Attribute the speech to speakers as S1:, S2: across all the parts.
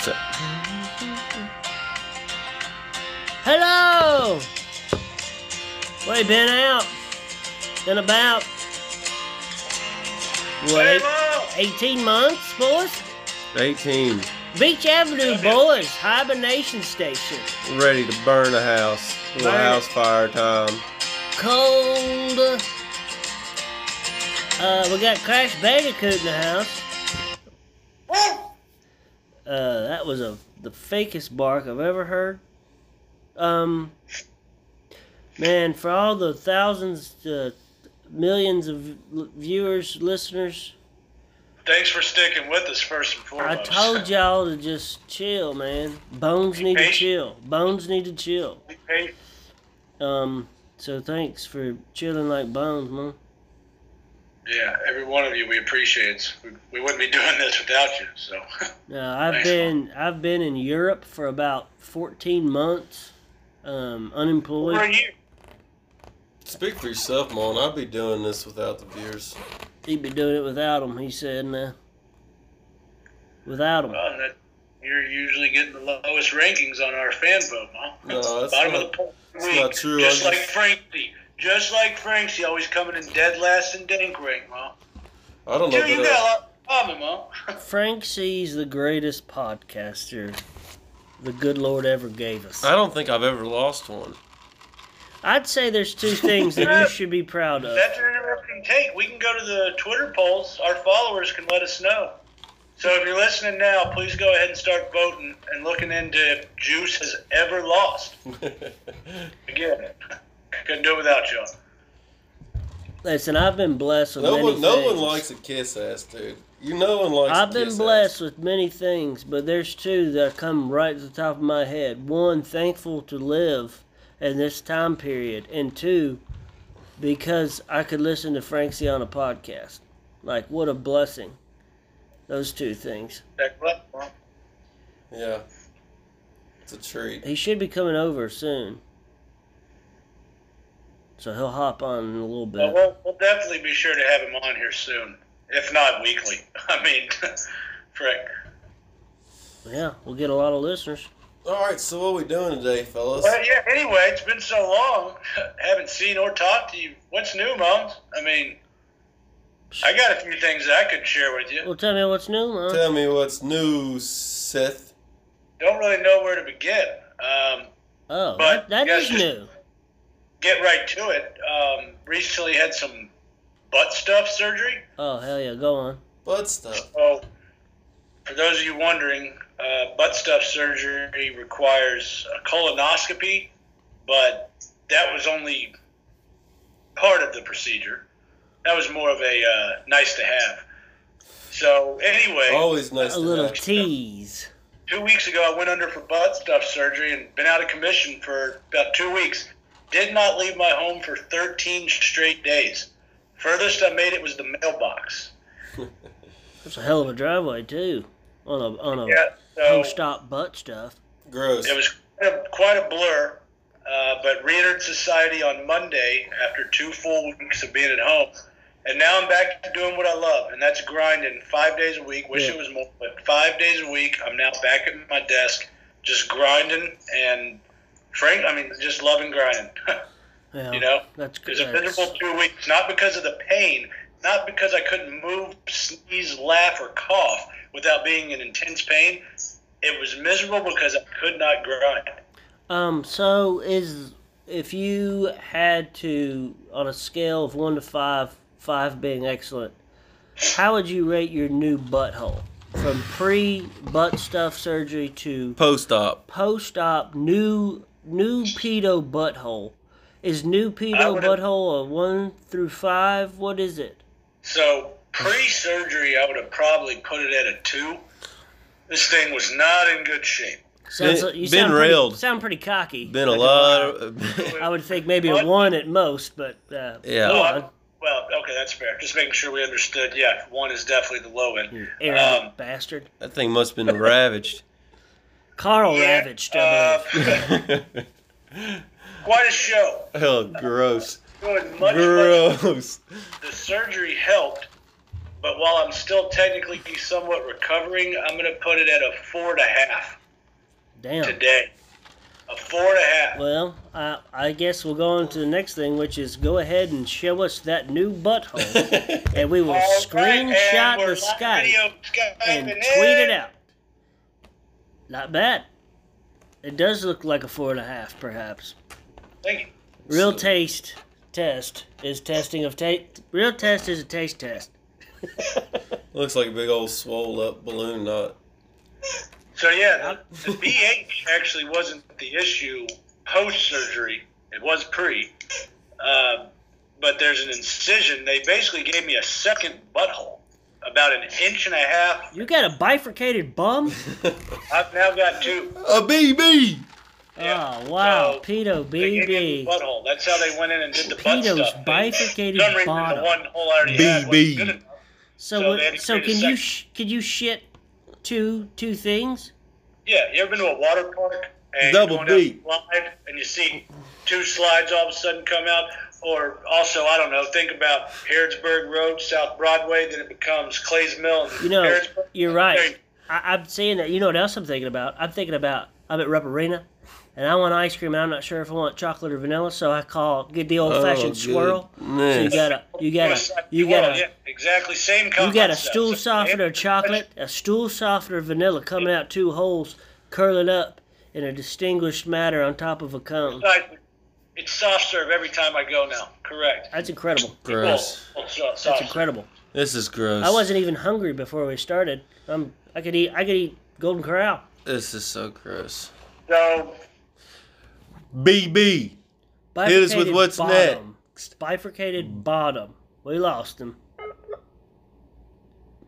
S1: So. Hello! We been out and about. What, eight- 18 months, boys?
S2: 18.
S1: Beach Avenue Boys, Hibernation Station.
S2: Ready to burn a house. Little
S1: Burn it.
S2: house fire time.
S1: Cold. Uh, we got Crash Bandicoot in the house. Uh, that was a the fakest bark I've ever heard. Um, man, for all the thousands, uh, millions of l- viewers, listeners,
S3: Thanks for sticking with us first and
S1: I
S3: foremost.
S1: told y'all to just chill, man. Bones need to
S3: Hey.
S1: chill. Bones need to chill.
S3: We paid-
S1: Um, so thanks for chilling like bones, man.
S3: Yeah, every one of you we appreciate. We, we wouldn't be doing this without you. So
S1: Now I've
S3: Thanks,
S1: been I've been in Europe for about 14 months, um, unemployed.
S3: you?
S2: Speak for yourself, Mon. I'd be doing this without the viewers.
S1: He'd be doing it without him. He said, "Now, without him."
S3: Well, Oh, that, you're usually getting the lowest rankings on our fan vote, huh?
S2: No, that's
S3: Bottom
S2: not,
S3: of the poll.
S2: that's
S3: Weak.
S2: not true.
S3: Just
S2: I
S3: like
S2: just-
S3: Frankie. Just like Frankie, always coming in dead last in dank rank, huh?
S2: I don't know
S3: Dude, you
S2: that I-
S3: got a lot of problem, huh?
S1: Frank C's the greatest podcaster the good Lord ever gave us.
S2: I don't think I've ever lost one.
S1: I'd say there's two things that you should be proud of.
S3: That's an interesting take. We can go to the Twitter polls. Our followers can let us know. So if you're listening now, please go ahead and start voting and looking into if Juice has ever lost. Again, couldn't do it without y'all.
S1: Listen, I've been blessed with
S2: no
S1: many
S2: one, no
S1: things.
S2: one likes a kiss ass, dude. You no one likes. a
S1: I've been
S2: kiss
S1: blessed
S2: Ass.
S1: with many things, but there's two that come right to the top of my head. One, thankful to live in this time period, and two, because I could listen to Frank C on a podcast. Like, what a blessing! Those two things.
S3: That platform.
S2: Yeah, it's a treat.
S1: He should be coming over soon, so he'll hop on in a little
S3: Well,
S1: bit.
S3: we'll, we'll definitely be sure to have him on here soon, if not weekly. I mean, frick.
S1: Yeah, we'll get a lot of listeners.
S2: All right, so what we doing today, fellas?
S3: Well, yeah. Anyway, it's been so long. Haven't seen or talked to you. What's new, Mom? I mean, I got a few things that I could share with you.
S1: Well, tell me what's new, man.
S2: Tell me what's new, Seth.
S3: Don't really know where to begin. Um,
S1: Oh,
S3: But,
S1: that, that
S3: yes,
S1: is
S3: just-
S1: new.
S3: get right to it. Um, recently had some butt stuff surgery.
S1: Oh hell yeah, go on.
S2: Butt stuff.
S3: So, for those of you wondering, uh, butt stuff surgery requires a colonoscopy, but that was only part of the procedure. That was more of a uh, nice to have. So, anyway,
S2: Always nice.
S1: A
S2: to
S1: little
S2: have.
S1: tease.
S3: two weeks ago, I went under for butt stuff surgery and been out of commission for about two weeks. Did not leave my home for 13 straight days. Furthest I made it was the mailbox.
S1: That's a hell of a driveway too. On a on a
S3: Yeah, so
S1: no stop butt stuff.
S2: Gross.
S3: It was quite a, quite a blur, uh, but re-entered society on Monday after two full weeks of being at home. And now I'm back to doing what I love, and that's grinding five days a week. Wish
S1: Yeah.
S3: it was more, but five days a week. I'm now back at my desk, just grinding and, Frank, I mean, just loving grinding.
S1: Yeah,
S3: you know,
S1: that's
S3: it
S1: good.
S3: was a miserable two weeks, not because of the pain, not because I couldn't move, sneeze, laugh, or cough without being in intense pain. It was miserable because I could not grind.
S1: Um. So is if you had to on a scale of one to five, five being excellent, how would you rate your new butthole from pre butt stuff surgery to
S2: Post op.
S1: post op new new pedo butthole? Is new
S3: I
S1: pedo
S3: would've-
S1: butthole a one through five? What is it?
S3: So pre-surgery, I would have probably put it at a two. This thing was not in good shape.
S1: Sounds
S2: Been-
S1: like- you
S2: been
S1: sound pretty-
S2: railed.
S1: Sound pretty cocky.
S2: Been a
S1: Like
S2: lot. Of, uh,
S1: I would think maybe a
S3: What?
S1: one at most, but uh,
S2: Yeah.
S1: go
S3: Oh,
S1: on.
S3: I- well, okay, that's fair. Just making sure we understood. Yeah, one is definitely the low end.
S1: You arrogant
S3: Um,
S1: bastard.
S2: that thing must have been ravaged.
S1: Carl
S3: Yeah,
S1: ravaged, I
S3: Um, uh,
S1: believe.
S3: quite a show.
S2: oh, gross.
S3: Doing much, much
S2: Gross.
S3: the surgery helped, But while I'm still technically somewhat recovering, I'm going to put it at a four and a half
S1: Damn.
S3: today. A four and a half.
S1: Well, I, I guess we'll go on to the next thing, which is go ahead and show us that new butthole, and we will
S3: All right, and
S1: screenshot
S3: we're
S1: the
S3: live
S1: Skype
S3: video Skyping
S1: and tweet it
S3: in.
S1: out. Not bad. It does look like a four and a half, perhaps.
S3: Thank you.
S1: Real
S2: So-
S1: taste test is testing of taste. Real test is a taste test.
S2: Looks like a big old swole up balloon knot.
S3: So yeah, the, the BH actually wasn't the issue post surgery. It was pre, uh, but there's an incision. They basically gave me a second butthole, about an inch and a half.
S1: You got a bifurcated bum?
S3: I've now got two.
S2: A BB!
S3: Yeah.
S1: Oh wow,
S3: So,
S1: pedo
S3: They gave me
S1: BB.
S3: the butthole. That's how they went in and did the butt
S1: Pedos
S3: stuff.
S1: bifurcated
S3: For some reason,
S1: bottom.
S3: The one hole I already had wasn't
S2: BB.
S3: good enough.
S1: So
S3: So
S1: what-
S3: they had to
S1: so
S3: create a
S1: can you
S3: section.
S1: sh- could you shit two two things?
S3: Yeah, you ever been to a water park and
S2: Double
S3: you're going
S2: B.
S3: down a slide and you see two slides all of a sudden come out? Or also, I don't know, think about Harrodsburg Road, South Broadway, then it becomes Clay's Mill. And
S1: You know,
S3: Harrodsburg.
S1: you're right.
S3: Hey,
S1: I, I'm seeing that. You know what else I'm thinking about? I'm thinking about I'm at Rep Arena, and I want ice cream. and I'm not sure if I want chocolate or vanilla, so I call get the old fashioned swirl. So you got a you got a you got
S3: yeah,
S1: a
S3: exactly same
S1: you got a
S3: concept.
S1: stool
S3: So,
S1: softener
S3: yeah,
S1: of chocolate, a stool softener of vanilla coming out two holes, curling up in a distinguished matter on top of a cone.
S3: I- It's soft serve every time I go now. Correct.
S1: That's incredible.
S2: Gross.
S3: Well, well, so-
S1: That's
S3: soft serve.
S1: incredible.
S2: This is gross.
S1: I wasn't even hungry before we started. Um, I could eat. I could eat Golden Corral.
S2: This is so gross.
S3: So,
S2: BB! Hit us with what's
S1: bottom. Bifurcated bottom. We lost him.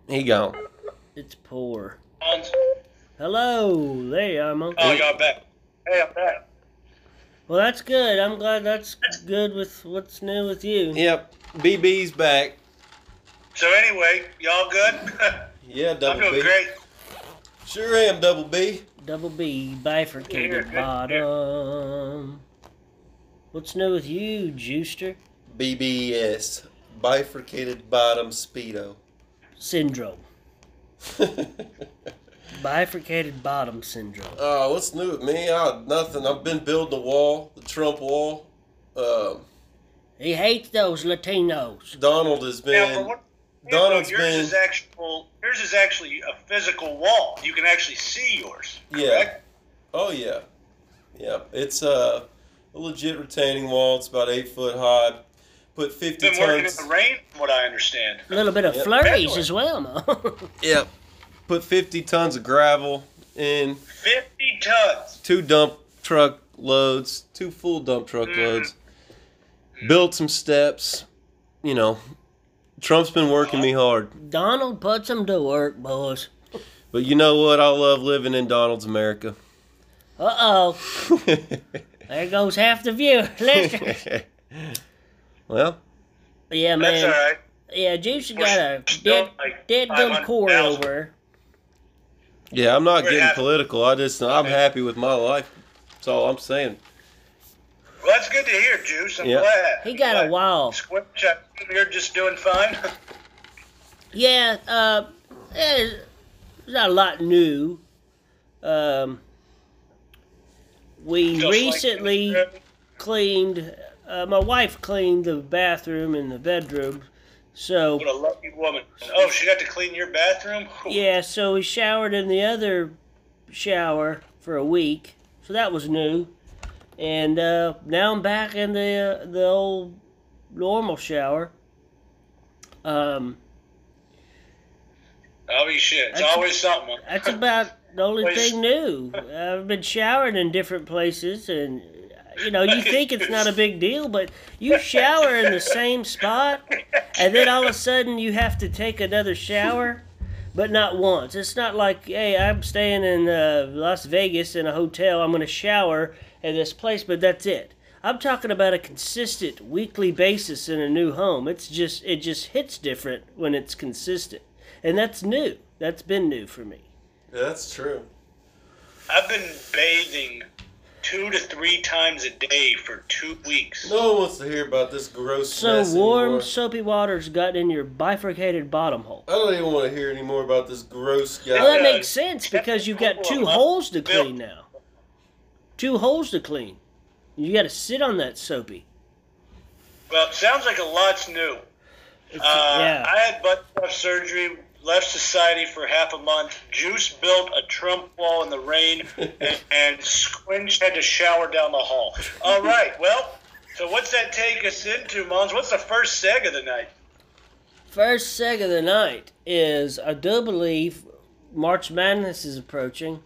S2: He gone.
S1: It's poor.
S3: on,
S1: Hello, there you are, Monk.
S3: oh, y'all back. Hey, I'm back.
S1: Well, that's good. I'm glad that's good with what's new with you.
S2: Yep. BB's back.
S3: So, anyway, y'all good?
S2: Yeah, double
S3: I'm doing
S2: B.
S3: great.
S2: Sure am, double B.
S1: Double B, bifurcated
S3: Here, here,
S1: bottom. What's new with you, Juicer?
S2: BBS. Bifurcated bottom speedo.
S1: Syndrome. Bifurcated bottom syndrome.
S2: Uh, what's new with me? Uh, nothing. I've been building the wall, the Trump wall. Um,
S1: He hates those Latinos.
S2: Donald has
S3: Now,
S2: been.
S3: for what,
S2: Donald's
S3: yours
S2: been-
S3: is actual. Yours is actually a physical wall. You can actually see yours.
S2: Yeah.
S3: Correct?
S2: Oh yeah. Yeah. It's uh, a legit retaining wall. It's about eight foot high. Put fifty
S3: Been working in
S2: tons.
S3: the rain, from what I understand.
S1: A little bit of
S2: Yep.
S1: flurries as well, Mo.
S2: Yep. Put fifty tons of gravel in
S3: Fifty tons.
S2: two dump truck loads, two full dump truck
S3: Mm.
S2: loads. Built some steps. You know, Trump's been working me hard.
S1: Donald put some to work, boys.
S2: But you know what? I love living in Donald's America.
S1: Uh oh. There goes half the view. Listen.
S2: well,
S1: yeah,
S3: That's
S1: man.
S3: all right.
S1: Yeah, Juice got a
S3: Still
S1: dead,
S3: like
S1: dead gum core
S3: 500,000.
S1: over.
S2: yeah, I'm not
S3: We're
S2: getting
S3: happy.
S2: political. I just I'm happy with my life. That's all I'm saying.
S3: Well, that's good to hear, Juice. I'm
S2: Yeah.
S3: glad.
S1: He got a wall.
S3: Squint check. You're just doing fine.
S1: Yeah, uh, yeah, there's not a lot new. Um, we
S3: Just like- uh,
S1: recently cleaned, uh, my wife cleaned the bathroom and the bedroom. So,
S3: what a lucky woman. Oh, she got to clean your bathroom.
S1: Yeah, so we showered in the other shower for a week, so that was new. And uh, now I'm back in the uh, the old normal shower. Um,
S3: Oh shit! It's
S1: That's-
S3: always something.
S1: that's about the only
S3: Well, you-
S1: thing new. I've been showering in different places, and you know, you think it's not a big deal, but you shower in the same spot, and then all of a sudden you have to take another shower, but not once. It's not like, hey, I'm staying in uh, Las Vegas in a hotel. I'm going to shower at this place, but that's it. I'm talking about a consistent weekly basis in a new home. It's just it just hits different when it's consistent. And that's new. That's been new for me.
S2: Yeah, that's true.
S3: I've been bathing two to three times a day for two weeks.
S2: No one wants to hear about this gross
S1: So
S2: mess
S1: warm,
S2: anymore.
S1: soapy water's got in your bifurcated bottom hole.
S2: I don't even want to hear anymore about this gross guy.
S1: Well, that
S3: Yeah.
S1: makes sense because you've got two
S3: Well,
S1: holes to
S3: built.
S1: clean now. Two holes to clean. You got to sit on that soapy.
S3: Well, it sounds like a lot's new.
S1: It's-
S3: Uh,
S1: yeah.
S3: I had butt stuff surgery, left society for half a month. Juice built a Trump wall in the rain, and, and Squinch had to shower down the hall. All right, well, so what's that take us into, Mons? What's the first seg of the night?
S1: First seg of the night is I do believe March Madness is approaching.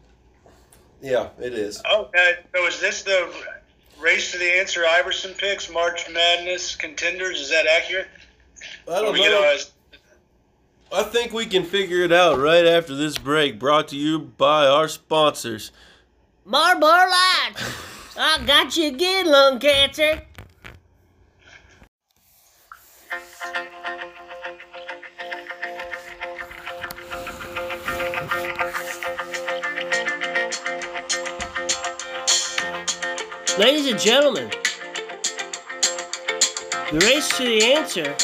S2: Yeah, it is.
S3: Okay, so is this the race to the answer Iverson picks, March Madness contenders? Is that accurate?
S2: I
S3: Or
S2: don't
S3: we get
S2: know.
S3: ours-
S2: I think we can figure it out right after this break. Brought to you by our sponsors.
S1: Marlboro Lights! I got you again, lung cancer! Ladies and gentlemen, the race to the answer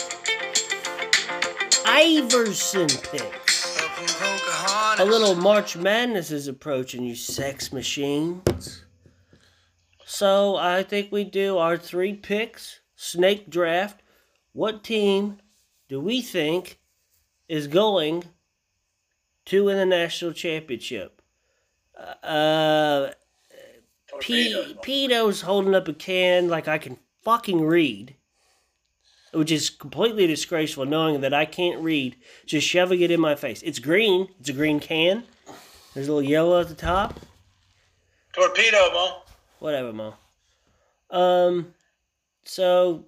S1: Iverson picks. A little March Madness is approaching, you sex machine. So I think we do our three picks, snake draft. What team do we think is going to win the national championship? Uh, P- Pito's holding up a can like I can fucking read, which is completely disgraceful knowing that I can't read, just shoving it in my face. It's green, it's a green can. There's a little yellow at the top.
S3: Torpedo, Mo.
S1: Whatever, Mo. Um, so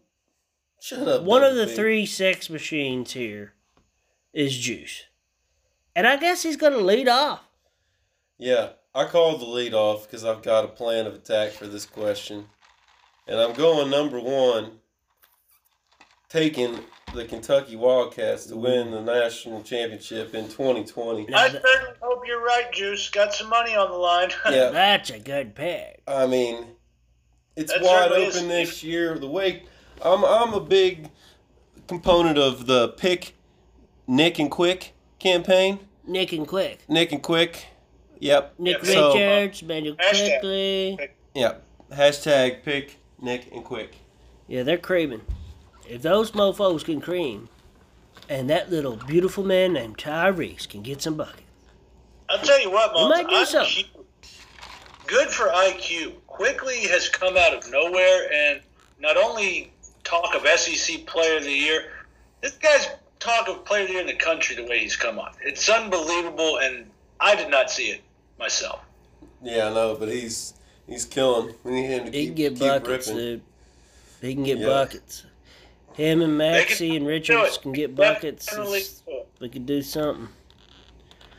S2: Shut up.
S1: one of
S2: Double
S1: the
S2: B.
S1: three sex machines here is Juice. And I guess he's going to lead off.
S2: Yeah, I called the lead off because I've got a plan of attack for this question. And I'm going number one, taking the Kentucky Wildcats to win the national championship in 2020.
S1: Now
S3: I
S1: that-
S3: certainly hope you're right, Juice. Got some money on the line.
S2: Yeah,
S1: That's a good pick.
S2: I mean, it's
S3: That
S2: wide
S3: certainly is-
S2: open this year. The way I'm, I'm a big component of the pick Nick and Quick campaign.
S1: Nick and Quick.
S2: Nick and Quick. Yep.
S1: Nick
S2: So, uh,
S1: Richards, Manuel
S3: Hashtag.
S1: Quickly.
S2: Yep. Hashtag pick Nick and Quick.
S1: Yeah, they're creaming. If those mofos can cream, and that little beautiful man named Tyrese can get some buckets.
S3: I'll tell you what, Mom.
S1: might do
S3: IQ, good for IQ. Quickly has come out of nowhere and not only talk of SEC Player of the Year, this guy's talk of Player of the Year in the country the way he's come on. It's unbelievable, and I did not see it myself.
S2: Yeah, I know, but he's he's killing. We need him to
S1: He
S2: keep,
S1: can get
S2: keep
S1: buckets,
S2: ripping.
S1: dude. He can get
S2: Yeah.
S1: buckets. Him and
S3: They
S1: Maxie E and
S3: do
S1: Richards
S3: it.
S1: can get buckets.
S3: Definitely
S1: It's-
S3: do it.
S1: We can do something.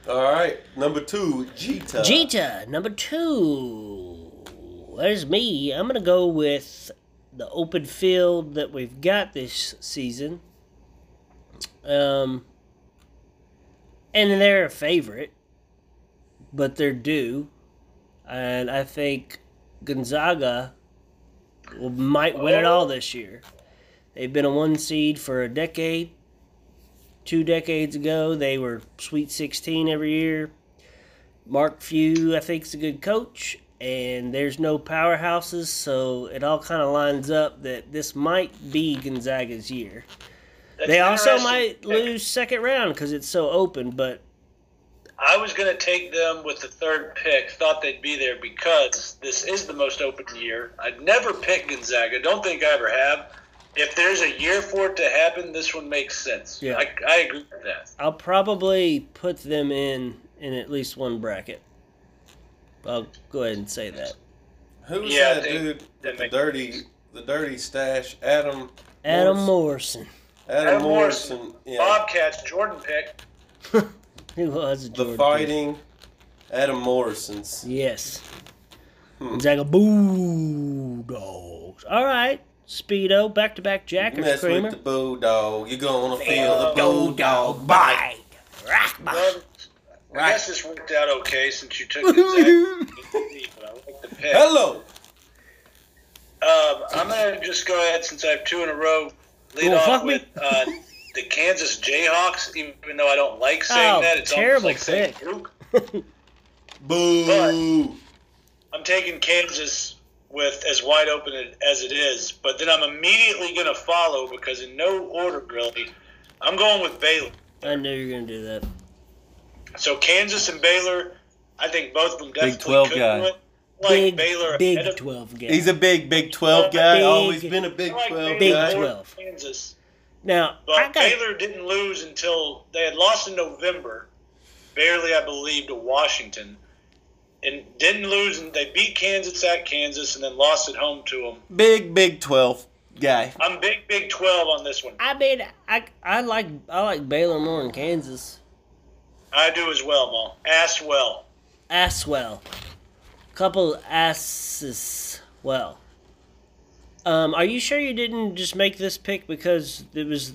S2: All right, number two, Gita.
S1: Jita, number two. There's me. I'm going to go with the open field that we've got this season. Um, and they're a favorite, but they're due. And I think Gonzaga will, might win it all this year. They've been a one seed for a decade. Two decades ago, they were Sweet 16 every year. Mark Few, I think, is a good coach, and there's no powerhouses, so it all kind of lines up that this might be Gonzaga's year.
S3: That's
S1: They also
S3: interesting.
S1: might lose second round because it's so open, but
S3: I was going to take them with the third pick. Thought they'd be there because this is the most open year. I'd never pick Gonzaga. Don't think I ever have. If there's a year for it to happen, this one makes sense.
S1: Yeah.
S3: I, I agree with that.
S1: I'll probably put them in in at least one bracket. I'll go ahead and say that.
S2: Who's
S3: Yeah,
S2: that
S3: they-
S2: dude?
S3: they
S2: with the
S3: make-
S2: dirty, the dirty stash. Adam.
S1: Adam
S2: Morris-
S1: Morrison,
S2: Adam,
S3: Adam
S2: Morrison.
S3: Morrison.
S2: Yeah.
S3: Bobcats, Jordan pick.
S1: who was a
S2: the
S1: Jordan pick.
S2: fighting. Adam Morrison's.
S1: Yes.
S2: Hmm.
S1: Gonzaga Bulldogs. All right, Speedo, back to back jackets,
S2: Mess
S1: Kramer.
S2: with the bulldog. You're gonna feel the bulldog bite.
S1: bite. Rock
S3: Well, I
S2: Right.
S3: guess this worked out okay since you took Gonzaga. I like the pick.
S2: Hello,
S3: Um, I'm going to just go ahead since I have two in a row. Lead
S1: Well, Oh, fuck
S3: off
S1: me.
S3: with uh, the Kansas Jayhawks, even though I don't like saying
S1: Oh,
S3: that. It's
S1: terrible
S3: almost like
S1: pick.
S3: saying Duke.
S2: Boo.
S3: I'm taking Kansas with as wide open as it is, but then I'm immediately going to follow because in no order really. I'm going with Baylor.
S1: I knew you were going to do that.
S3: So Kansas and Baylor, I think both of them definitely
S4: 12
S3: could
S4: guy.
S3: do it. Like
S1: big
S3: Baylor ahead
S1: big
S3: of
S1: 12 game.
S2: He's a big Big 12 guy.
S1: Big-
S2: Always been a Big
S3: I like
S2: 12
S1: Big
S2: guy.
S3: Baylor over
S1: 12.
S3: Kansas.
S1: now,
S3: But
S1: I got
S3: Baylor didn't lose until they had lost in November, barely, I believe, to Washington, and didn't lose. And they beat Kansas at Kansas, and then lost at home to them.
S2: Big Big 12 guy.
S3: I'm big Big Twelve on this one.
S1: I mean, I, I like I like Baylor more than Kansas.
S3: I do as well, Mal. Ass well.
S1: Asswell. Couple asses well. Um, are you sure you didn't just make this pick because it was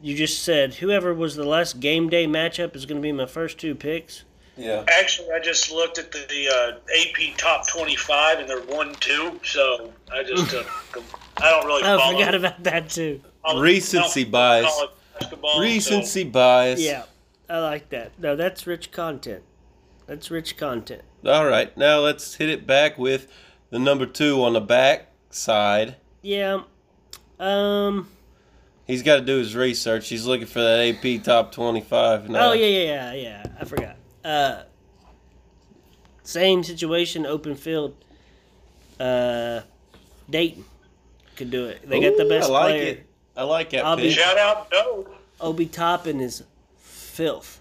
S1: you just said whoever was the last game day matchup is going to be my first two picks?
S2: Yeah.
S3: Actually, I just looked at the, the uh, AP top twenty-five, and they're one-two. So I just took. them. I don't really.
S1: I
S3: follow
S1: Oh, forgot about that too.
S3: college-
S2: Recency
S3: I don't
S2: bias.
S3: follow basketball, so-
S2: Recency bias.
S1: Yeah, I like that. No, that's rich content. That's rich content.
S2: All right. Now let's hit it back with the number two on the back side.
S1: Yeah. Um.
S2: He's got to do his research. He's looking for that AP top 25 now.
S3: uh,
S1: Oh yeah, yeah, yeah, yeah. I forgot. Uh, same situation, open field. Uh, Dayton could do it. They got the
S2: Ooh,
S1: best
S2: I like
S1: player.
S2: it. I like that
S1: I'll be-
S2: pick.
S3: Shout out, no.
S1: Obi Toppin is filth.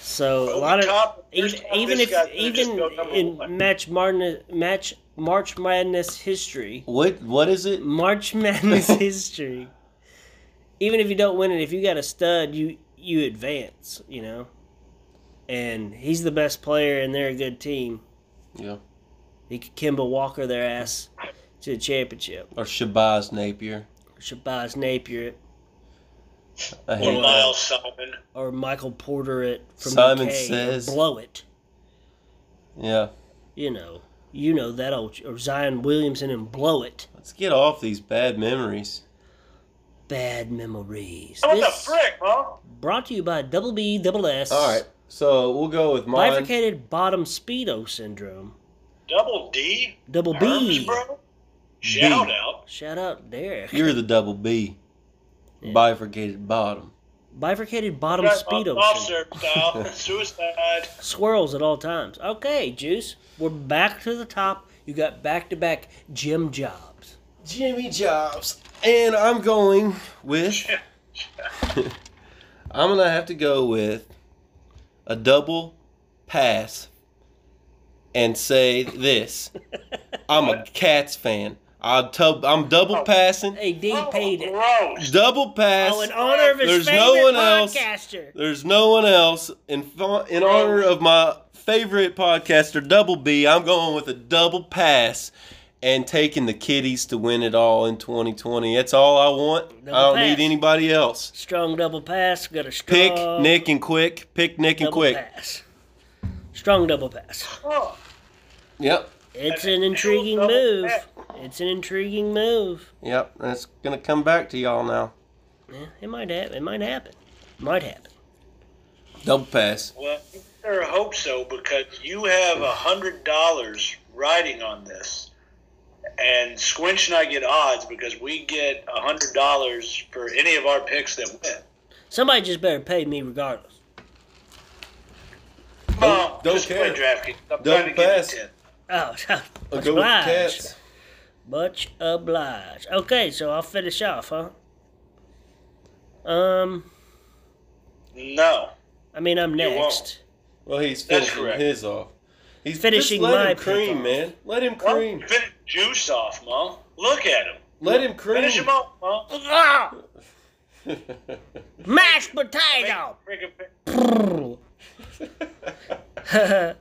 S1: So a
S3: Obi
S1: lot of
S3: Toppin,
S1: even,
S3: first off,
S1: even
S3: this
S1: if
S3: guy's gonna just
S1: even
S3: go number
S1: in
S3: one.
S1: match Martin, match March Madness history,
S2: What what is it?
S1: March Madness history. Even if you don't win it, if you got a stud, you you advance, you know. And he's the best player, and they're a good team.
S2: Yeah.
S1: He could Kimba Walker their ass to the championship.
S2: Or Shabazz Napier.
S1: Shabazz Napier it,
S2: I
S3: Or
S2: hate that.
S3: Miles Simon.
S1: or Michael Porter it from
S2: Simon
S1: UK, or
S2: says-
S1: blow it.
S2: Yeah.
S1: You know, you know that old or Zion Williamson and blow it.
S2: Let's get off these bad memories.
S1: Bad memories.
S3: What the
S1: This
S3: frick, huh?
S1: brought to you by Double B Double S.
S2: All right. So we'll go with mine.
S1: Bifurcated bottom speedo syndrome.
S3: Double D?
S1: Double
S3: Herbs,
S1: B.
S3: bro? Shout out.
S1: Shout out Derek.
S2: You're the double B.
S1: Yeah.
S2: Bifurcated bottom.
S1: Bifurcated bottom speedo. syndrome.
S3: Officer style. Suicide.
S1: Swirls at all times. Okay, Juice. We're back to the top. You got back to back Jim Jobs.
S2: Jimmy Jobs. And I'm going with. I'm going to have to go with a double pass and say this. I'm a Cats fan. I'll tub- I'm double passing.
S1: Hey, D
S3: Oh,
S1: paid it.
S3: gross.
S2: Double pass.
S1: Oh, in honor of his
S2: There's
S1: favorite
S2: no one else.
S1: podcaster.
S2: There's no one else. In, fa- in
S1: Oh.
S2: honor of my favorite podcaster, Double B, I'm going with a double pass and taking the kiddies to win it all in 2020. That's all I want. I
S1: Double
S2: don't
S1: pass.
S2: need anybody else.
S1: Strong double pass. Got a strong
S2: Pick Nick and Quick. Pick Nick and
S1: double
S2: Quick.
S1: pass. Strong double pass.
S3: Oh,
S2: Yep.
S1: It's
S3: an
S1: an intriguing
S3: double
S1: move.
S3: pass.
S1: It's an intriguing move.
S2: Yep. That's going to come back to y'all now.
S1: Yeah, it might happen. It might happen. Might happen.
S2: Double pass.
S3: well, you better hope so because you have a hundred dollars riding on this, and Squinch and I get odds because we get a hundred dollars for any of our picks that win.
S1: Somebody just better pay me regardless.
S3: Mom,
S2: don't
S3: just
S2: care.
S3: play DraftKings. I'm
S2: Don't
S3: trying to get
S2: pass.
S3: a ten.
S1: Oh,
S2: I'll
S1: much
S2: go with the
S1: obliged.
S2: Cats.
S1: Much obliged. Okay, so I'll finish off, huh? Um,
S3: No.
S1: I mean, I'm
S3: You won't.
S1: next.
S2: Well, he's
S3: That's
S2: finishing
S3: correct.
S2: his off. He's
S1: Finishing
S2: just let
S1: my
S2: him cream,
S1: pick off.
S2: man. Let him
S3: Cream.
S2: cream.
S3: Finish juice off, Mom. Look at him.
S2: Let him cream.
S3: Finish him off, Mom.
S1: Ah, mashed potato.
S3: Freaking pick.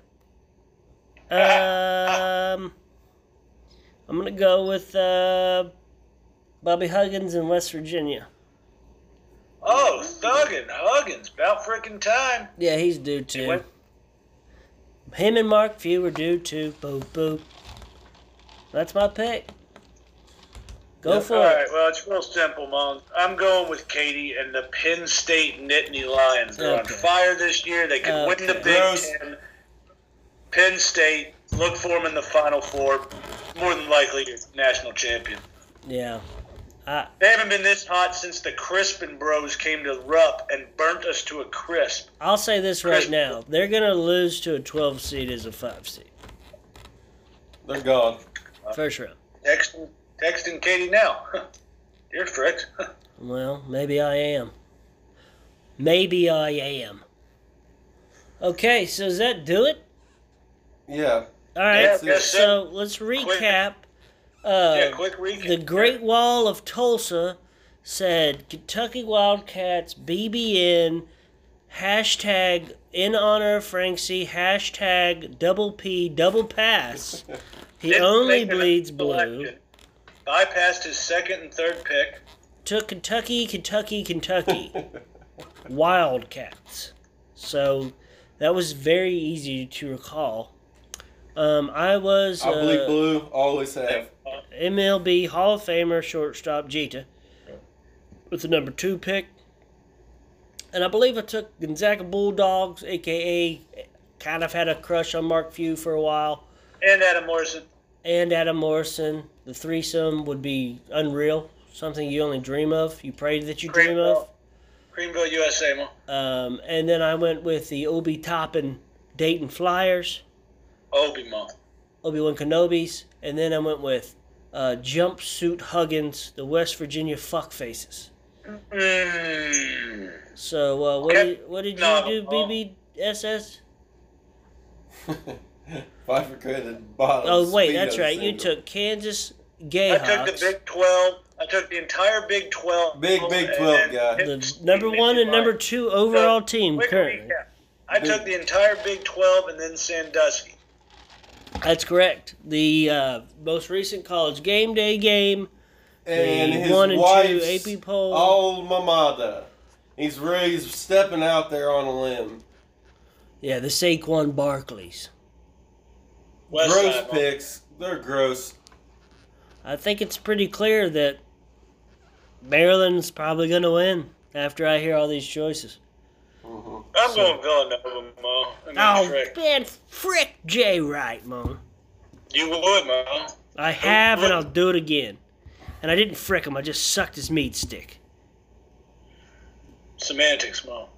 S1: um, I'm gonna go with uh, Bobby Huggins in West Virginia.
S3: Oh, Thuggin, Huggins, about freaking time.
S1: Yeah, he's due too.
S3: went-
S1: Him and Mark Few were due too. Boop boop. That's my pick. Go
S2: Yep.
S1: for
S3: All
S1: it.
S3: right. Well, it's real simple, Moan. I'm going with Katie and the Penn State Nittany Lions. They're
S1: Okay.
S3: on fire this year. They could win the
S1: Okay.
S3: Big
S2: Gross.
S3: Ten. Penn State. Look for them in the Final Four. More than likely, national champion.
S1: Yeah. I,
S3: They haven't been this hot since the Crispin Bros came to Rupp and burnt us to a crisp.
S1: I'll say this right
S3: Chris-
S1: now. They're going to lose to a 12 seed as a 5 seed.
S2: They're gone.
S1: First round.
S3: Texting, texting Katie now. You're correct.
S1: Well, maybe I am. Maybe I am. Okay, so does that do it?
S2: Yeah.
S1: All right.
S2: That's it.
S1: so let's recap. Uh,
S3: yeah, quick recap.
S1: The Great Wall of Tulsa said Kentucky Wildcats BBN hashtag in honor of Frank C hashtag double P double pass. He
S3: Didn't
S1: only
S3: make an
S1: bleeds blue.
S3: selection. Bypassed his second and third pick.
S1: Took Kentucky, Kentucky, Kentucky. Wildcats. So that was very easy to recall. Um, I was
S2: I bleed
S1: uh,
S2: blue. Always have.
S1: MLB Hall of Famer shortstop Jeter with the number two pick. And I believe I took Gonzaga Bulldogs, aka kind of had a crush on Mark Few for a while,
S3: And Adam Morrison.
S1: and Adam Morrison. The threesome would be unreal, something you only dream of, you pray that you dream of.
S3: Greenville, Greenville, USA, Mo.
S1: Um, and then I went with the Obi Toppin Dayton Flyers,
S3: Obi Mo.
S1: Obi Wan Kenobi's, and then I went with uh, Jumpsuit Huggins, the West Virginia Fuckfaces.
S3: Mm.
S1: So uh, what
S3: Okay.
S1: did what did you
S3: No,
S1: do,
S3: uh,
S1: BBSS?
S2: Bifurcated bottom.
S1: Oh wait,
S2: Speedo
S1: that's right. You
S2: syndrome.
S1: took Kansas
S3: I
S1: Jayhawks,
S3: took the Big 12. I took the entire Big 12.
S2: Big, Big 12
S3: and
S2: guy.
S1: the
S3: then-
S1: number one and number two overall team
S3: Quick
S1: currently.
S3: recap. I took the entire Big 12 and then Sandusky.
S1: That's correct. The uh, most recent college game day game,
S2: and
S1: the
S2: his
S1: one and two
S2: wife's
S1: AP poll.
S2: old mamada. He's really he's stepping out there on a limb.
S1: yeah, the Saquon Barkley's.
S3: West
S2: gross
S3: side, Mo.
S2: picks. They're gross.
S1: I think it's pretty clear that Maryland's probably going to win after I hear all these choices.
S2: Mhm.
S3: I'm going Villanova, Mo. I mean,
S1: Oh,
S3: frick.
S1: man, frick Jay Wright, Mom.
S3: You would, Mo.
S1: I have, and
S3: what-
S1: I'll do it again. And I didn't frick him. I just sucked his meat stick.
S3: Semantics, Mo.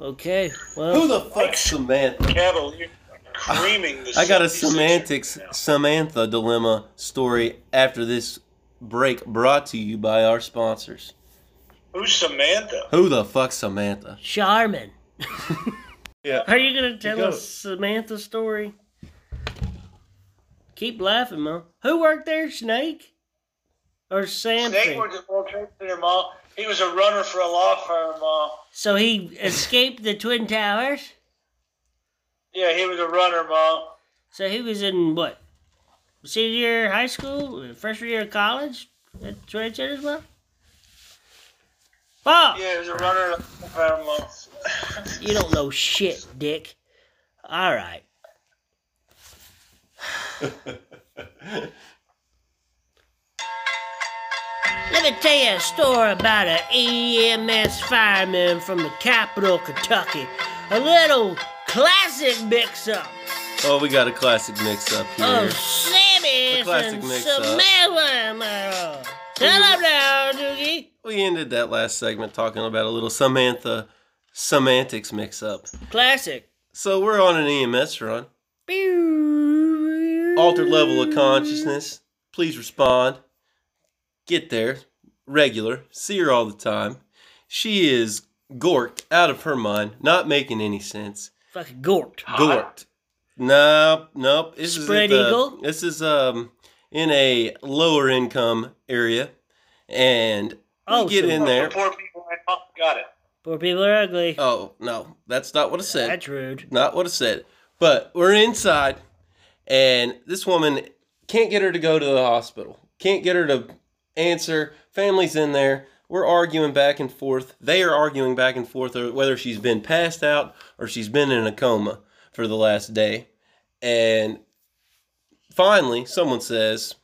S1: Okay.
S2: Who
S1: Well,
S2: the fuck's Samantha?
S3: Cavalier creaming the
S2: I got a
S3: 76ers
S2: semantics
S3: now.
S2: Samantha dilemma story after this break brought to you by our sponsors.
S3: Who's Samantha?
S2: Who the fuck's Samantha?
S1: Charmin.
S2: Yeah.
S1: Are you gonna tell
S2: go.
S1: us Samantha's story? Keep laughing, Mom. Who worked there, Snake? Or
S3: Snake
S1: Samson?
S3: worked at World Trade Center Mall. He was a runner for a law firm. Uh,
S1: So he escaped the Twin Towers.
S3: yeah, he was a runner, Ma.
S1: So he was in what? Senior year of high school, freshman year of college at Twin Towers, Mom. Bob.
S3: Yeah, he was a runner at a law firm, Ma.
S1: You don't know shit, dick. All right. Let me tell you a story about an EMS fireman from the capital, Kentucky. A little classic mix up
S2: Oh, we got a classic mix up here.
S1: of Sammy's
S2: classic
S1: and
S2: mix-up.
S1: Samantha. Tell him now, Doogie.
S2: We ended that last segment talking about a little Samantha semantics mix up.
S1: Classic.
S2: So we're on an EMS run. Altered level of consciousness. Please respond. Get there. Regular. See her all the time. She is gorked out of her mind, not making any sense.
S1: Fucking gorked.
S2: Gorked. Nope, nope. This
S1: Ah. Spread
S2: is at the-
S1: eagle?
S2: This is um in a lower income area. And
S1: Oh,
S2: we get
S1: so-
S2: in there.
S3: Poor people. right now. Got it.
S1: Poor people are ugly.
S2: Oh no, that's not what I said.
S1: That's rude.
S2: Not what I said. But we're inside, and this woman can't get her to go to the hospital. Can't get her to answer. Family's in there. We're arguing back and forth. They are arguing back and forth or whether she's been passed out or she's been in a coma for the last day. And finally, someone says,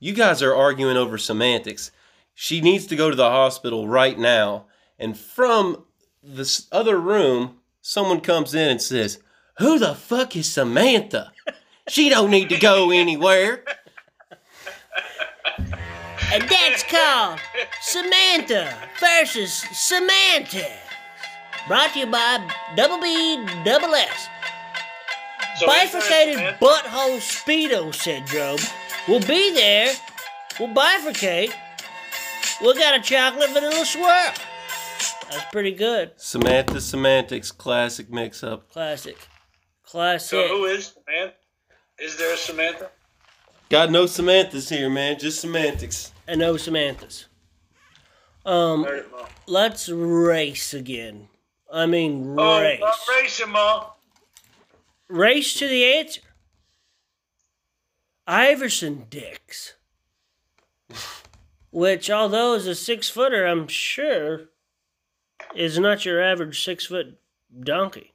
S2: You guys are arguing over semantics. She needs to go to the hospital right now. And from this other room, someone comes in and says, Who the fuck is Samantha? She don't need to go anywhere.
S1: And that's called Samantha versus Samantha. Brought to you by Double B Double S.
S3: So
S1: Bifurcated
S3: Samantha-
S1: butthole speedo syndrome. We'll be there. We'll bifurcate. We'll got a chocolate vanilla swirl. That's pretty good.
S2: Samantha Semantics, classic mix up.
S1: Classic. Classic.
S3: So who is man? Is there a Samantha?
S2: Got no Samanthas here, man. Just semantics.
S1: and no Samanthas. Um,
S3: Heard it, Ma.
S1: let's race again. I mean,
S3: Oh,
S1: race.
S3: I'm racing, Ma.
S1: Race to the answer. Iverson Dix. Which, although is a six footer, I'm sure is not your average six foot donkey.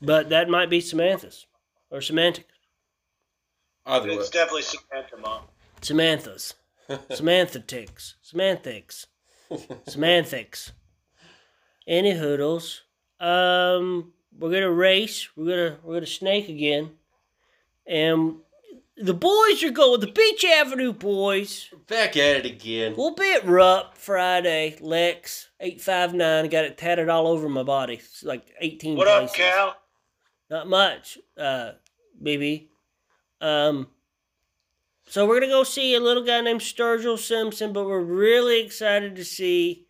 S1: but that might be Samantha's or semantic.
S2: Either way.
S3: It's definitely Samantha, Ma.
S1: Samantha's. Samanthatics. Semantics. Semantics. Any hoodles. Um we're gonna race. We're gonna we're gonna snake again. And the boys are going the Beach Avenue boys.
S2: Back at it again.
S1: We'll be at Rupp Friday, Lex, eight five nine. Got it tatted all over my body. It's like eighteen
S3: What
S1: places.
S3: up, Cal?
S1: Not much, uh, BB. Um, so we're gonna go see a little guy named Sturgill Simpson, but we're really excited to see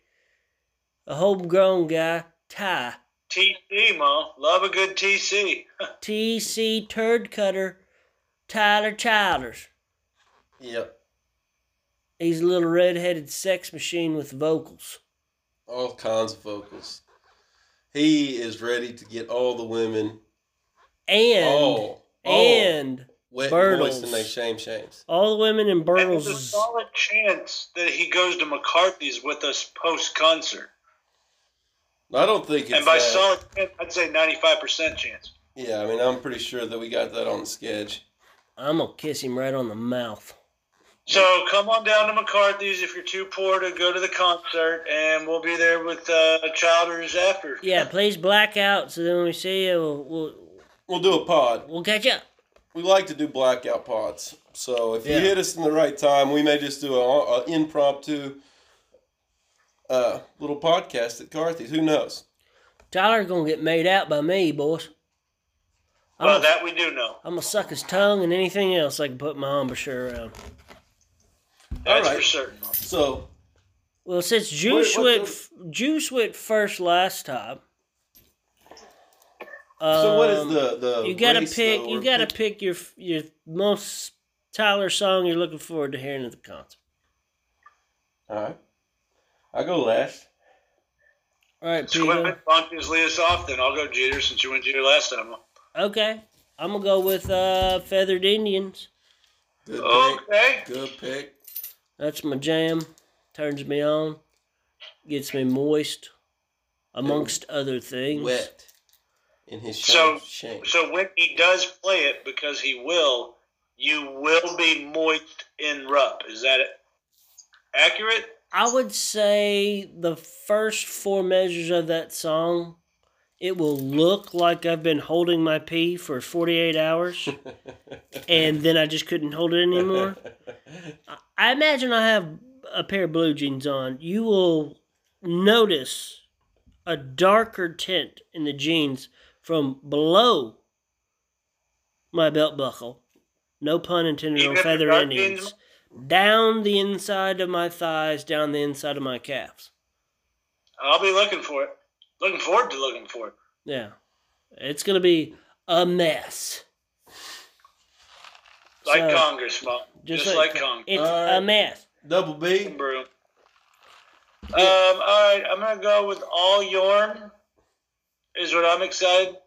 S1: a homegrown guy, Ty
S3: TC, Ma. Love a good TC.
S1: TC Turd Cutter, Tyler Childers.
S2: Yep.
S1: He's a little red-headed sex machine with vocals.
S2: All kinds of vocals. He is ready to get all the women.
S1: And
S2: all. all
S1: and
S2: wet
S1: Birdles.
S2: boys and they shame shames.
S1: all the women in
S3: And there's a
S1: Burnals.
S3: solid chance that he goes to McCarthy's with us post concert.
S2: I don't think it's
S3: And by
S2: that.
S3: solid chance, I'd say 95% chance.
S2: Yeah, I mean, I'm pretty sure that we got that on the sketch.
S1: I'm gonna kiss him right on the mouth.
S3: So come on down to McCarthy's if you're too poor to go to the concert, and we'll be there with uh, Childers after.
S1: Yeah, please black out so then when we see you, we'll we'll,
S2: We'll do a pod.
S1: we'll catch up.
S2: We like to do blackout pods. So if
S1: Yeah.
S2: you hit us in the right time, we may just do an impromptu uh, little podcast at Carthy's. Who knows?
S1: Tyler's gonna get made out by me, boys. I'm,
S3: Well,
S1: gonna,
S3: that we do know.
S1: I'm gonna suck his tongue and anything else I can put my embouchure around.
S3: That's
S2: All right.
S3: for certain.
S2: So
S1: Well, since
S2: Wait,
S1: Juice
S2: what
S1: went,
S2: the-
S1: f- Juice went first last time.
S2: so what is
S1: um,
S2: the the
S1: You gotta
S2: race,
S1: pick.
S2: though,
S1: You
S2: we're
S1: gotta
S2: picking?
S1: pick your f- your most Tyler song you're looking forward to hearing at the concert.
S2: All right. I go last.
S1: All right,
S3: Swimming,
S1: Peter.
S3: Bontes, lead us off, then I'll go Jeter since you went Jeter last time.
S1: Okay, I'm gonna go with uh, Feathered Indians.
S2: Good
S3: Oh. Okay.
S2: pick. Good pick.
S1: That's my jam. Turns me on. Gets me moist, amongst other things.
S2: Wet in his
S3: So-
S2: shame. shame.
S3: So when he does play it, because he will, you will be moist in Rupp. Is that accurate?
S1: I would say the first four measures of that song, it will look like I've been holding my pee for 48 hours, and then I just couldn't hold it anymore. I- I imagine I have a pair of blue jeans on. You will notice a darker tint in the jeans from below my belt buckle. No pun intended
S3: You
S1: on
S3: got the
S1: feather
S3: dark
S1: Indians.
S3: jeans?
S1: Down the inside of my thighs, down the inside of my calves.
S3: I'll be looking for it. Looking forward to looking for it.
S1: Yeah. It's going to be a mess.
S3: Like
S1: So,
S3: Congress, Mom. Just, like, Congress.
S1: It's
S2: Alright.
S1: a mess.
S2: Double B.
S3: Brew. Um, all right, I'm gonna go with all Yorn. Is what I'm excited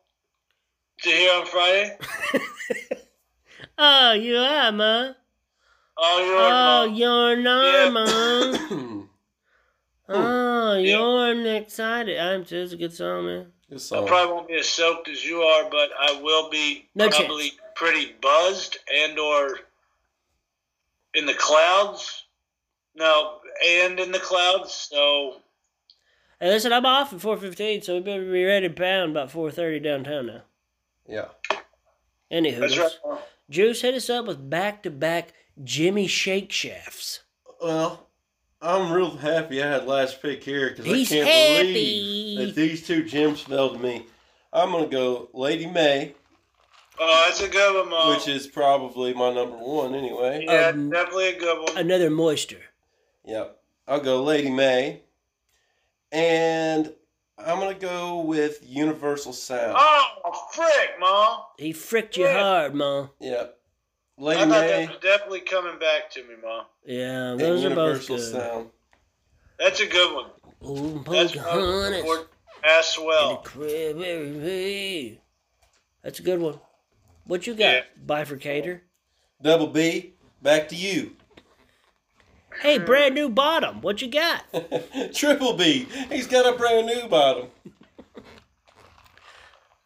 S3: to hear on Friday.
S1: Oh, you are, ma.
S3: All Yorn. um,
S1: Oh,
S3: Mom.
S1: you're
S3: Yeah.
S1: not, ma. Oh,
S3: Yeah.
S1: you're excited. I'm just a good song, man.
S2: Good
S3: I
S2: song.
S3: probably won't be as soaked as you are, but I will be
S1: No
S3: probably pretty buzzed and or in the clouds. No, and in the clouds. So
S1: Hey, listen, I'm off at 4:15, so we better be ready to pound about 4:30 downtown now.
S2: Yeah.
S1: Anywho,
S3: that's right.
S1: Juice hit us up with back-to-back Jimmy Shake Shafts.
S2: Well, I'm real happy I had last pick here because I
S1: He's
S2: can't
S1: happy.
S2: believe that these two gems smelled me. I'm gonna go Lady May,
S3: Oh, that's a good one, Mo.
S2: which is probably my number one anyway.
S3: yeah,
S1: Um,
S3: definitely a good one.
S1: Another moisture.
S2: Yep. I'll go Lady May, and I'm gonna go with Universal Sound.
S3: Oh, frick, Mo.
S1: He fricked you
S3: Yeah.
S1: hard, ma.
S2: Yep.
S3: I
S2: Lady
S3: thought
S2: May
S3: that was definitely coming back to me, Mo.
S1: Yeah,
S2: and
S1: those are both
S2: Universal
S1: good.
S2: Sound.
S3: That's a good one.
S1: Oh, Ooh,
S3: That's
S1: Pocahontas in
S3: what as
S1: the
S3: well.
S1: crib, baby. That's a good one. What you got,
S3: Yeah.
S1: bifurcator?
S2: Double B, back to you.
S1: Hey, brand new bottom. What you got?
S3: Uh,
S2: Triple B, he's got a brand new bottom.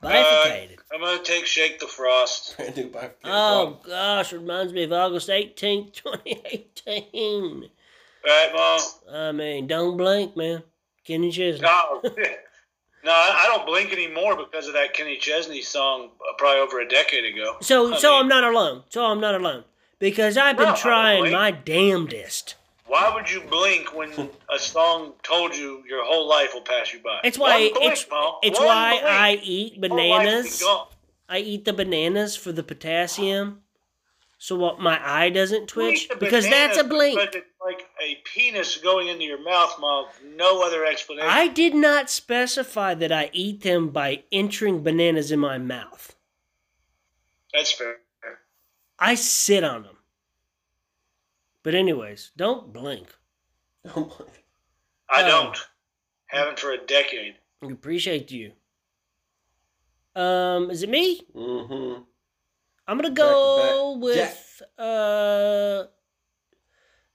S1: Bifurcated.
S3: I'm gonna take Shake the Frost.
S2: Brand new bottom.
S1: Oh gosh, reminds me of August 18th, 2018.
S3: All right, Mo.
S1: I mean, don't blink, man. Kenny Chesney.
S3: No, no, I I don't blink anymore because of that Kenny Chesney song, uh, probably over a decade ago.
S1: So,
S3: I
S1: so
S3: mean-
S1: I'm not alone. So I'm not alone because I've
S3: No,
S1: been
S3: I don't
S1: trying
S3: blink.
S1: my damnedest.
S3: Why would you blink when a song told you your whole life will pass you by?
S1: It's why
S3: One blink,
S1: it's,
S3: Mo.
S1: it's
S3: One
S1: why
S3: blink.
S1: I eat
S3: Whole life will be
S1: bananas.
S3: gone.
S1: I eat the bananas for the potassium, so what my eye doesn't twitch
S3: Blink the
S1: because that's a
S3: bananas
S1: blink.
S3: because It's like a penis going into your mouth, Mom. No other explanation.
S1: I did not specify that I eat them by entering bananas in my mouth.
S3: That's fair.
S1: I sit on them. But anyways, don't blink.
S3: I
S2: Oh
S1: Um,
S3: don't. Haven't for a decade.
S1: We appreciate you. Um, is it me?
S2: mm-hmm.
S1: I'm gonna
S2: to
S1: go
S2: back.
S1: with uh,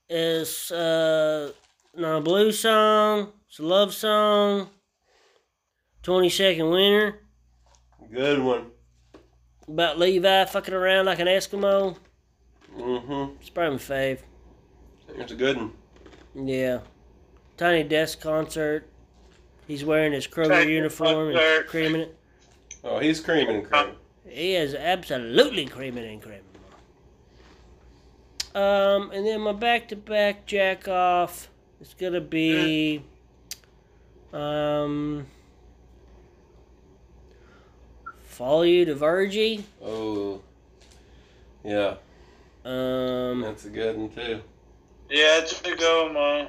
S1: it's uh, not a blues song. It's a love song. Twenty second winter
S2: Good one.
S1: about Levi fucking around like an Eskimo.
S2: Mm-hmm.
S1: It's probably my fave.
S2: It's a good one.
S1: Yeah, Tiny Desk concert. He's wearing his Kroger
S3: Tiny
S1: uniform and
S3: Concert.
S1: creaming it.
S2: Oh, he's creaming and creaming.
S1: He is absolutely creaming and creaming. Um, and then my back to back jack off is gonna be, um, follow you to Virgie.
S2: Oh, yeah,
S1: Um,
S2: that's a good one too.
S3: Yeah, it's a go, Mom.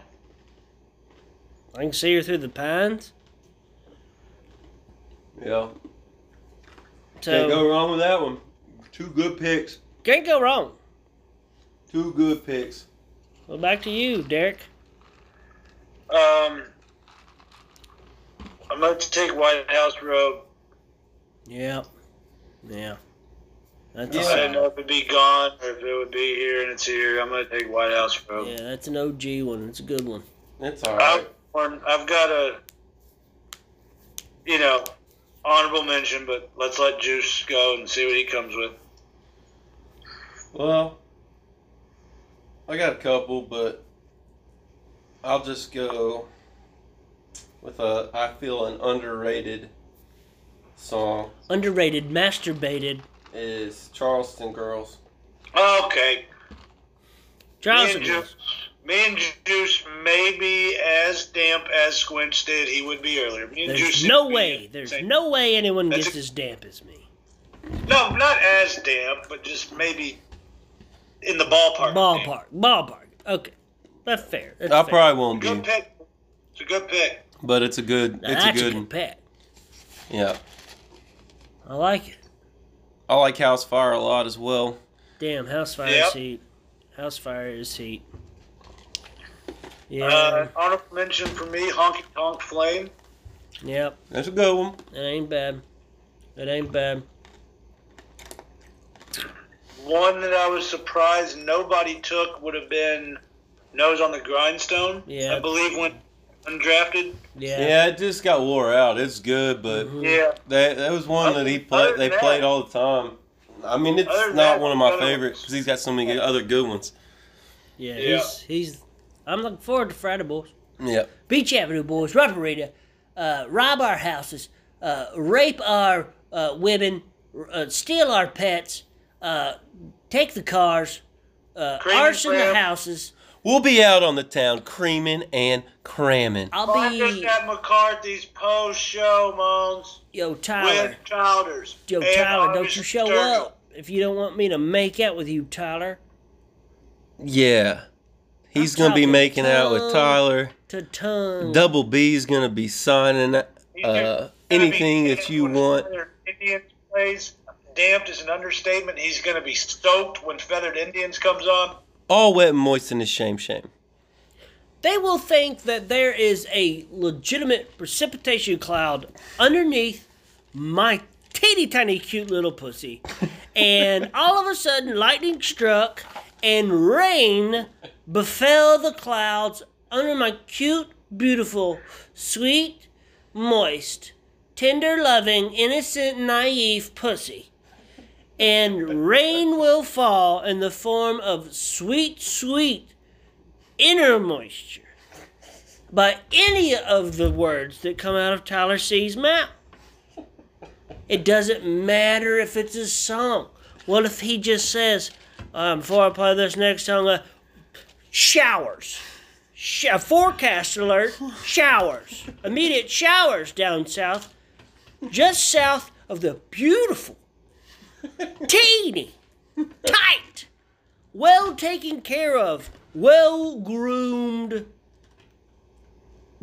S1: I can see her through the pines.
S2: Yeah, can't
S1: So
S2: go wrong with that one. Two good picks.
S1: can't go wrong.
S2: Two good picks.
S1: Well, back to you, Derek.
S3: Um, I'm going to take White House Road.
S1: Yeah, yeah. That's
S2: Yeah.
S3: I didn't know
S1: yeah.
S3: if it'd be gone or if it would be here and it's here. I'm going to take White House Road.
S1: yeah, that's an OG one. It's a good one.
S2: That's all
S3: I've,
S2: right.
S3: I've got a, you know, honorable mention, but let's let Juice go and see what he comes with.
S2: Well, I got a couple, but I'll just go with a. I feel an underrated song
S1: Underrated, masturbated.
S2: is Charleston Girls.
S3: Okay. Me
S1: Charles
S3: and, Juice, me and Juice may be as damp as Squinch did. He would be earlier. Me and
S1: There's
S3: Juice
S1: no
S3: would be
S1: way.
S3: the
S1: There's
S3: same.
S1: no way anyone
S3: That's
S1: gets
S3: a-
S1: as damp as me.
S3: No, not as damp, but just maybe in the ballpark.
S1: Ballpark. Ballpark. Okay. That's fair. That's
S2: I
S1: fair.
S2: probably won't
S3: Good
S2: be,
S3: pick. It's a good pick.
S2: but it's a good.
S1: Now,
S2: It's a
S1: that's
S2: good.
S1: good
S2: one.
S1: pet.
S2: Yeah,
S1: I like it.
S2: I like House Fire a lot as well.
S1: Damn, house fire
S3: Yep.
S1: is heat. House fire is heat. Yeah.
S3: Uh, honorable mention for me, Honky Tonk Flame.
S1: yep.
S2: That's a good one.
S1: It ain't bad. It ain't bad.
S3: One that I was surprised nobody took would have been Nose on the Grindstone.
S1: Yeah.
S3: I believe when undrafted.
S1: Yeah.
S2: Yeah. it just got wore out. It's good, but
S1: Mhm.
S3: Yeah.
S2: that that was one that he
S3: Mm-hmm. Other
S2: played. They
S3: than that-
S2: played all the time. I mean, it's
S3: Other than
S2: not
S3: that,
S2: one of
S3: it's
S2: my
S3: better.
S2: favorites because he's got so many other good ones.
S1: Yeah,
S3: Yeah.
S1: he's he's. I'm looking forward to Friday, boys.
S2: Yep.
S1: Beach Avenue boys, Robert Rita, uh, rob our houses, uh, rape our uh, women, r- uh, steal our pets, uh, take the cars, uh,
S3: Cream and
S1: arson the
S3: cram.
S1: houses.
S2: We'll be out on the town creaming and cramming.
S1: I'll
S3: Find us
S1: be
S3: at McCarthy's post show, Moans.
S1: yo
S3: With
S1: Tyler,
S3: Childers.
S1: yo
S3: and
S1: Tyler, don't
S3: August
S1: you show
S3: Sturgill.
S1: up if you don't want me to make out with you, Tyler.
S2: Yeah. He's
S1: I'm
S2: going to be
S1: talking
S2: making out with
S1: tongue.
S2: Tyler.
S1: To tongue.
S2: Double B's going to be signing
S3: He's
S2: uh,
S3: gonna be
S2: anything
S3: damned
S2: that you
S3: when
S2: want.
S3: Feathered Indians plays. Damned is an understatement. He's going to be stoked when Feathered Indians comes on.
S2: All wet and moist in his shame shame.
S1: they will think that there is a legitimate precipitation cloud underneath my teeny tiny cute little pussy. and all of a sudden, lightning struck and rain befell the clouds under my cute, beautiful, sweet, moist, tender, loving, innocent, naive pussy. And rain will fall in the form of sweet, sweet inner moisture by any of the words that come out of Tyler C's mouth. It doesn't matter if it's a song. What if he just says, um, before I play this next song, uh, showers. Sh- a forecast alert, showers. Immediate showers down south, just south of the beautiful, teeny, tight, well taken care of, well groomed,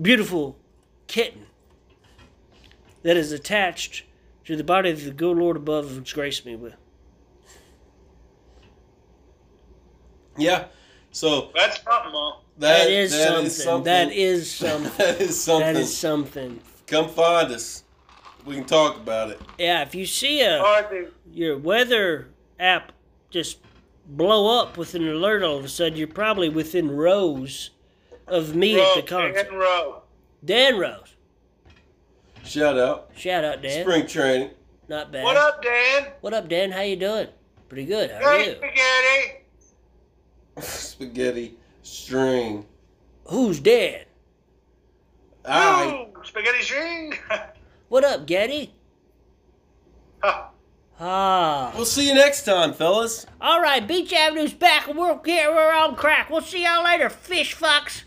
S1: beautiful kitten that is attached to the body that the good Lord above has graced me with.
S2: Yeah. So
S3: That's something, Mom.
S2: that,
S1: that is something. That is something.
S2: that is something.
S1: that is something.
S2: Come find us. We can talk about it.
S1: Yeah, if you see a
S3: McCarthy,
S1: your weather app just blow up with an alert all of a sudden, you're probably within rows of me at
S3: Rowe,
S1: the concert.
S3: Dan Rowe.
S1: Dan Rose.
S2: Shout out.
S1: Shout out, Dan.
S2: Spring training.
S1: Not bad.
S3: What up, Dan?
S1: What up, Dan? How you doing? Pretty good. How are
S3: Hey,
S1: you?
S3: spaghetti.
S2: Spaghetti string.
S1: Who's Dan?
S2: All right.
S3: Ooh, spaghetti string.
S1: What up, Getty? Ah.
S2: We'll see you next time, fellas.
S1: All right, Beach Avenue's back, and we're, we're on crack. We'll see y'all later, fish fucks.